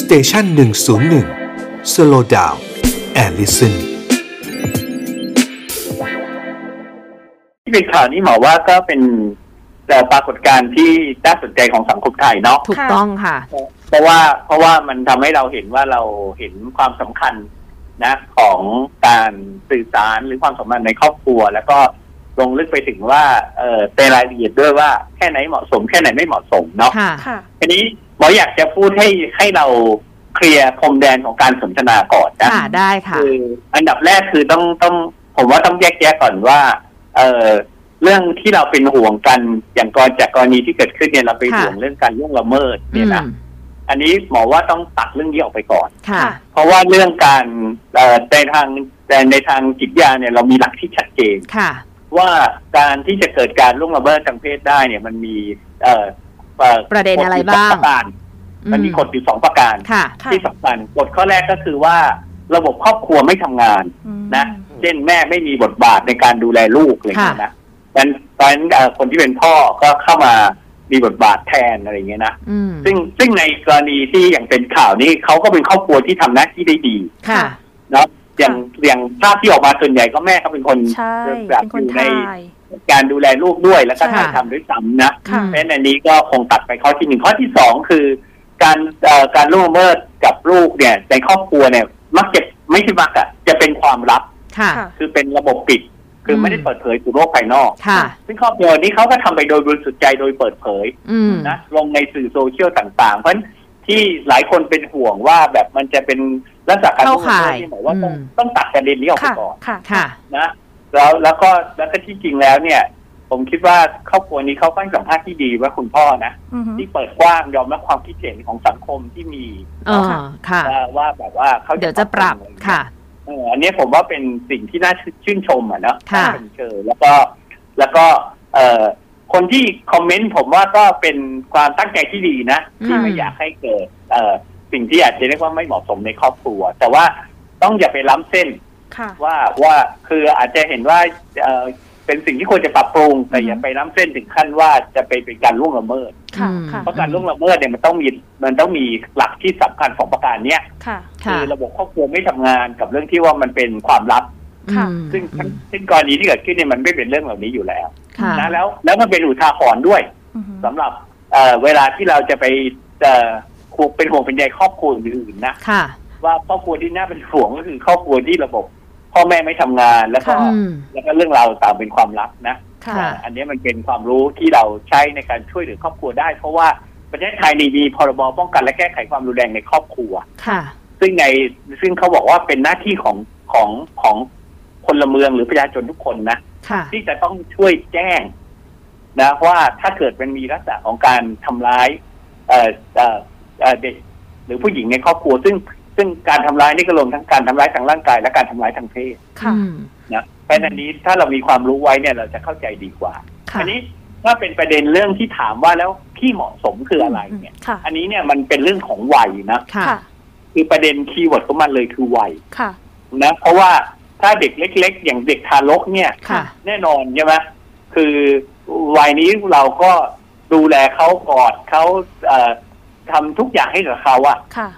สเตชันหนึ่งศูนย์หนึ่งสโลดาวแอลลิสัน ที่เป็นข่าวนี้หมอว่าก็เป็นเอ่อปรากฏการณ์ที่น่าสนใจของสังคมไทยเนาะ ถูกต้องค่ะ เพราะว่าเพราะว่ามันทำให้เราเห็นว่าเราเห็นความสำคัญนะของการสื่อสารหรือความสัมพันธ์ในครอบครัว แล้วก็ลงลึกไปถึงว่าเออในรายละเอียดด้วยว่าแค่ไหนเหมาะสม แค่ไหนไม่เหมาะสมเนาะ ค่ะ ค่ะ ทีนี้หมออยากจะพูดให้ให้เราเคลียร์พรมแดนของการสนทนาก่อนนะ ค่ะ ได้ค่ะ คืออันดับแรกคือต้องต้องผมว่าต้องแยกแยะก่อนว่า เออเรื่องที่เราเป็นห่วงกันอย่างกรจากกรณีที่เกิดขึ้นเนี่ยเราไป ค่ะ ห่วงเรื่องการล่วงละเมิด อื เนี่ยนะ ม อันนี้หมอว่าต้องตัดเรื่องนี้ออกไปก่อน ค่ะ ค่ะ เพราะว่าเรื่องการเอ่อในทางแต่ในทางจิตวิทยาเนี่ยเรามีหลักที่ชัดเจน ค่ะ ว่าการที่จะเกิดการล่วงละเมิดทางเพศได้เนี่ยมันมีเอ่อเอ่อ ประเด็นอะไรกฎบ้างอยู่สอประการ มันมีกฎอยู่สองประการ ค่ะ ค่ะ ที่สำคัญกฎข้อแรกก็คือว่าระบบครอบครัวไม่ทำงาน อืม นะ เช่นแม่ไม่มีบทบาทในการดูแลลูกอะไรอย่างเงี้ยนะดังนั้นดังนั้นเอ่อคนที่เป็นพ่อก็เข้ามามีบทบาทแทนอะไรอย่างเงี้ยนะ อืม ซึ่งซึ่งในกรณีที่อย่างเป็นข่าวนี้เขาก็เป็นครอบครัวที่ทำหน้าที่ได้ดี ค่ะ เนาะอย่างอย่างภาพที่ออกมาส่วนใหญ่ก็แม่เขาเป็นคน ใช่ แบบ เป็น อ คน ยู่ใน ถ่าย การดูแลลูกด้วยแล้วก็ ใช่ ถ่ายทำด้วยซ้ำนะ ค่ะ เพราะฉะนั้นอันนี้ก็คงตัดไปข้อที่หนึ่งข้อที่สองคือ การเอ่อการล่วงละเมิดกับลูกเนี่ย ในครอบครัวเนี่ย มักจะไม่ใช่มักอะจะเป็นความลับ ค่ะ ค่ะ คือเป็นระบบปิด คือ ม ไม่ได้เปิดเผยสู่โลกภายนอก ค่ะ ซึ่งครอบครัวนี้เขาก็ทำไปโดยบริสุทธิ์ใจโดยเปิดเผย อืม นะลงในสื่อโซเชียลต่างๆ เพราะฉะนั้นที่หลายคนเป็นห่วงว่าแบบมันจะเป็นลักษณะการล่วงละเมิดที่หมายว่าต้อง เข้าข่าย ต้องตัดประเด็นนี้ออกไป ค่ะ ก่อน ค่ะ ค่ะ นะแล้วแล้วก็แล้วก็ที่จริงแล้วเนี่ย ผมคิดว่าครอบครัวนี้เขาก็ให้สัมภาษณ์ที่ดีว่าคุณพ่อนะ อือฮึ ที่เปิดกว้างยอมรับความคิดเห็นของสังคมที่มี เออ ค่ะ ว่าว่าแบบว่าเขา เดี๋ยวจะปรับ ทำอไอย่างเงี้ย ค่ะ เอออันเนี้ยผมว่าเป็นสิ่งที่น่าชื่นชมอ่ะเนาะ ค่ะ น่าชมเชยแล้วก็แล้วก็เอ่อคนที่คอมเมนต์ผมว่าก็เป็นความตั้งใจที่ดีนะที่ไม่อยากให้เกิดเอ่อสิ่งที่อาจจะเรียกว่าไม่เหมาะสมในครอบครัว แต่ว่าต้องอย่าไปล้ำเส้น ค่ะ ว่าว่าคืออาจจะเห็นว่าเอ่อเป็นสิ่งที่ควรจะปรับปรุงแต่อย่า อืม ไปล้ำเส้นถึงขั้นว่าจะไปเป็นการล่วงละเมิด ค่ะ อืม ค่ะ เพราะการล่วงละเมิดเนี่ยมันต้องมีมันต้องมีหลักที่สำคัญสองประการเนี้ย ค่ะ ค่ะ ระบบครอบครัวไม่ทำงานกับเรื่องที่ว่ามันเป็นความลับ ค่ะ อืม ซึ่งซึ่งกรณีที่เกิดขึ้นเนี่ยมันไม่เป็นเรื่องเหล่านี้อยู่แล้ว ค่ะ นะแล้วแล้วมันเป็นอุทาหรณ์ด้วย อือฮึ สำหรับเอ่อเวลาที่เราจะไปเอ่อห่วงเป็นห่วงเป็นใยครอบครัวอื่นๆนะ ค่ะ ว่าครอบครัวที่น่าเป็นห่วงก็คือครอบครัวที่ระบบ พ่อแม่ไม่ทำงานแล้วก็ ค่ะ อืม แล้วก็เรื่องราวต่างเป็นความลับนะ ค่ะ ค่ะ อันนี้มันเป็นความรู้ที่เราใช้ในการช่วยเหลือครอบครัวได้ เพราะว่าประเทศไทยนี่มีพรบป้องกันและแก้ไขความรุนแรงในครอบครัว ค่ะ ซึ่งในซึ่งเขาบอกว่าเป็นหน้าที่ของของของพลเมืองหรือประชาชนทุกคนนะ ค่ะ ที่จะต้องช่วยแจ้งนะว่าถ้าเกิดมันมีลักษณะของการทำร้ายเอ่อเอ่อเอ่อเด็กหรือผู้หญิงในครอบครัว ซึ่งซึ่งการทำร้ายนี่ก็รวมทั้งการทำร้ายทางร่างกาย และการทำร้ายทางเพศ ค่ะ อืม นะเพราะฉะนั้นอันนี้ถ้าเรามีความรู้ไว้เนี่ยเราจะเข้าใจดีกว่า ค่ะ อันี้ถ้าเป็นประเด็นเรื่องที่ถามว่าแล้วที่เหมาะสมคืออะไรเนี่ย ค่ะ อันนี้เนี่ยมันเป็นเรื่องของวัยนะ ค่ะ ค่ะ คือประเด็นคีย์เวิร์ดของมันเลยคือวัย ค่ะ นะเพราะว่าถ้าเด็กเล็ก ๆ อย่างเด็กทารกเนี่ย ค่ะ แน่นอนใช่ไหมคือวัยนี้เราก็ดูแลเขากอดเขาเอ่อทำทุกอย่างให้กับเขาอะ่ะ ค่ะ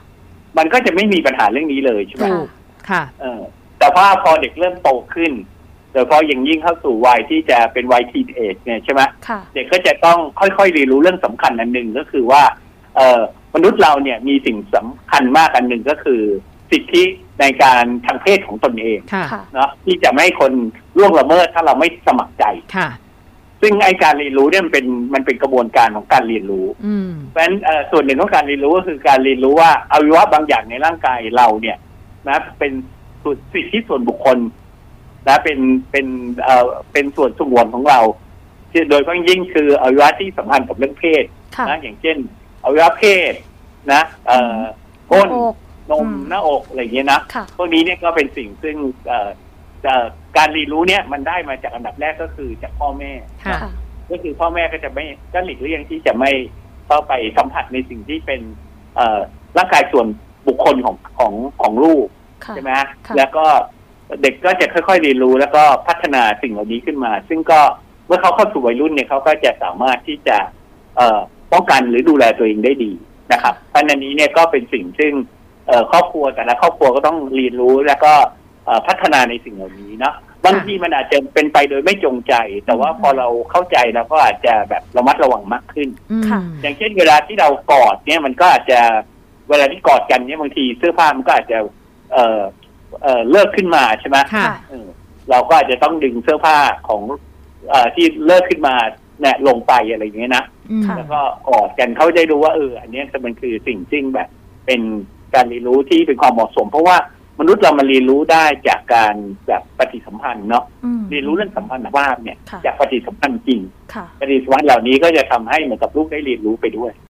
มันก็จะไม่มีปัญหาเรื่องนี้เลยใช่ไหม ถูก ค่ะ เออแต่ว่าพอเด็กเริ่มโตขึ้นโดยเฉพาะอย่างยิ่งเข้าสู่วัยที่จะเป็นวัยทีนเอจเนี่ยใช่ไหม ค่ะ เด็กก็จะต้องค่อยๆเรียนรู้เรื่องสำคัญอันหนึ่งก็คือว่าเออมนุษย์เราเนี่ยมีสิ่งสำคัญมากอันหนึ่งก็คือ สิทธิในการทางเพศของตนเอง ค่ะ ค่ะ เนาะที่จะไม่ให้คนล่วงละเมิดถ้าเราไม่สมัครใจ ค่ะ ซึ่งไอการเรียนรู้เนี่ยมันเป็นมันเป็นกระบวนการของการเรียนรู้ อืม เพราะฉะนั้นเอ่อส่วนหนึ่งของการเรียนรู้ก็คือการเรียนรู้ว่าอวัยวะบางอย่างในร่างกายเราเนี่ยนะเป็นส่วนสิทธิส่วนบุคคลนะเป็นเป็นเอ่อเป็นส่วนสงวนของเราที่โดยเฉพาะยิ่งคืออวัยวะที่สัมพันธ์กับเรื่องเพศ ค่ะ นะอย่างเช่นอวัยวะเพศนะเอ่อก้น โอก นม อืม หน้าอกอะไรอย่างเงี้ยนะ ค่ะ พวกนี้เนี่ยก็เป็นสิ่งซึ่งเอ่อเอ่อการเรียนรู้เนี่ยมันได้มาจากอันดับแรกก็คือจากพ่อแม่ ค่ะ ค่ะ ก็คือพ่อแม่ก็จะไม่ก็หลีกเลี่ยงที่จะไม่เข้าไปสัมผัสในสิ่งที่เป็นเอ่อร่างกายส่วนบุคคลของของของลูก ค่ะ ใช่ไหมฮะ ค่ะ แล้วก็เด็กก็จะค่อยๆเรียนรู้แล้วก็พัฒนาสิ่งเหล่านี้ขึ้นมา ซึ่งก็เมื่อเขาเข้าสู่วัยรุ่นเนี่ยเขาก็จะสามารถที่จะเอ่อป้องกันหรือดูแลตัวเองได้ดี นะครับเพราะฉะนั้นอันนี้เนี่ยก็เป็นสิ่งซึ่งเอ่อครอบครัวแต่ละครอบครัวก็ต้องเรียนรู้แล้วก็เอ่อพัฒนาในสิ่งเหล่านี้เนาะบางทีมันอาจจะเป็นไปโดยไม่จงใจ แต่ว่าพอเราเข้าใจเราก็อาจจะแบบระมัดระวังมากขึ้น อืม ค่ะ อย่างเช่นเวลาที่เรากอดเนี่ยมันก็อาจจะเวลาที่กอดกันเนี่ยบางทีเสื้อผ้ามันก็อาจจะ เอ่อเอ่อเลิกขึ้นมาใช่ไหม ค่ะ เออเราก็อาจจะต้องดึงเสื้อผ้าของเอ่อที่เลิกขึ้นมาเนี่ยลงไปอะไรอย่างเงี้ยนะ อืม ค่ะ แล้วก็กอดกันเขาจะได้รู้ว่าเอออันเนี้ยมันคือสิ่งจริงแบบ เป็นการเรียนรู้ที่เป็นความเหมาะสม เพราะว่ามนุษย์เรามาเรียนรู้ได้จากการแบบปฏิสัมพันธ์เนาะ อืม เรียนรู้เรื่องสัมพันธภาพเนี่ย ค่ะ จากปฏิสัมพันธ์จริง ค่ะ ปฏิสัมพันธ์เหล่านี้ก็จะทำให้เหมือนกับลูกได้เรียนรู้ไปด้วย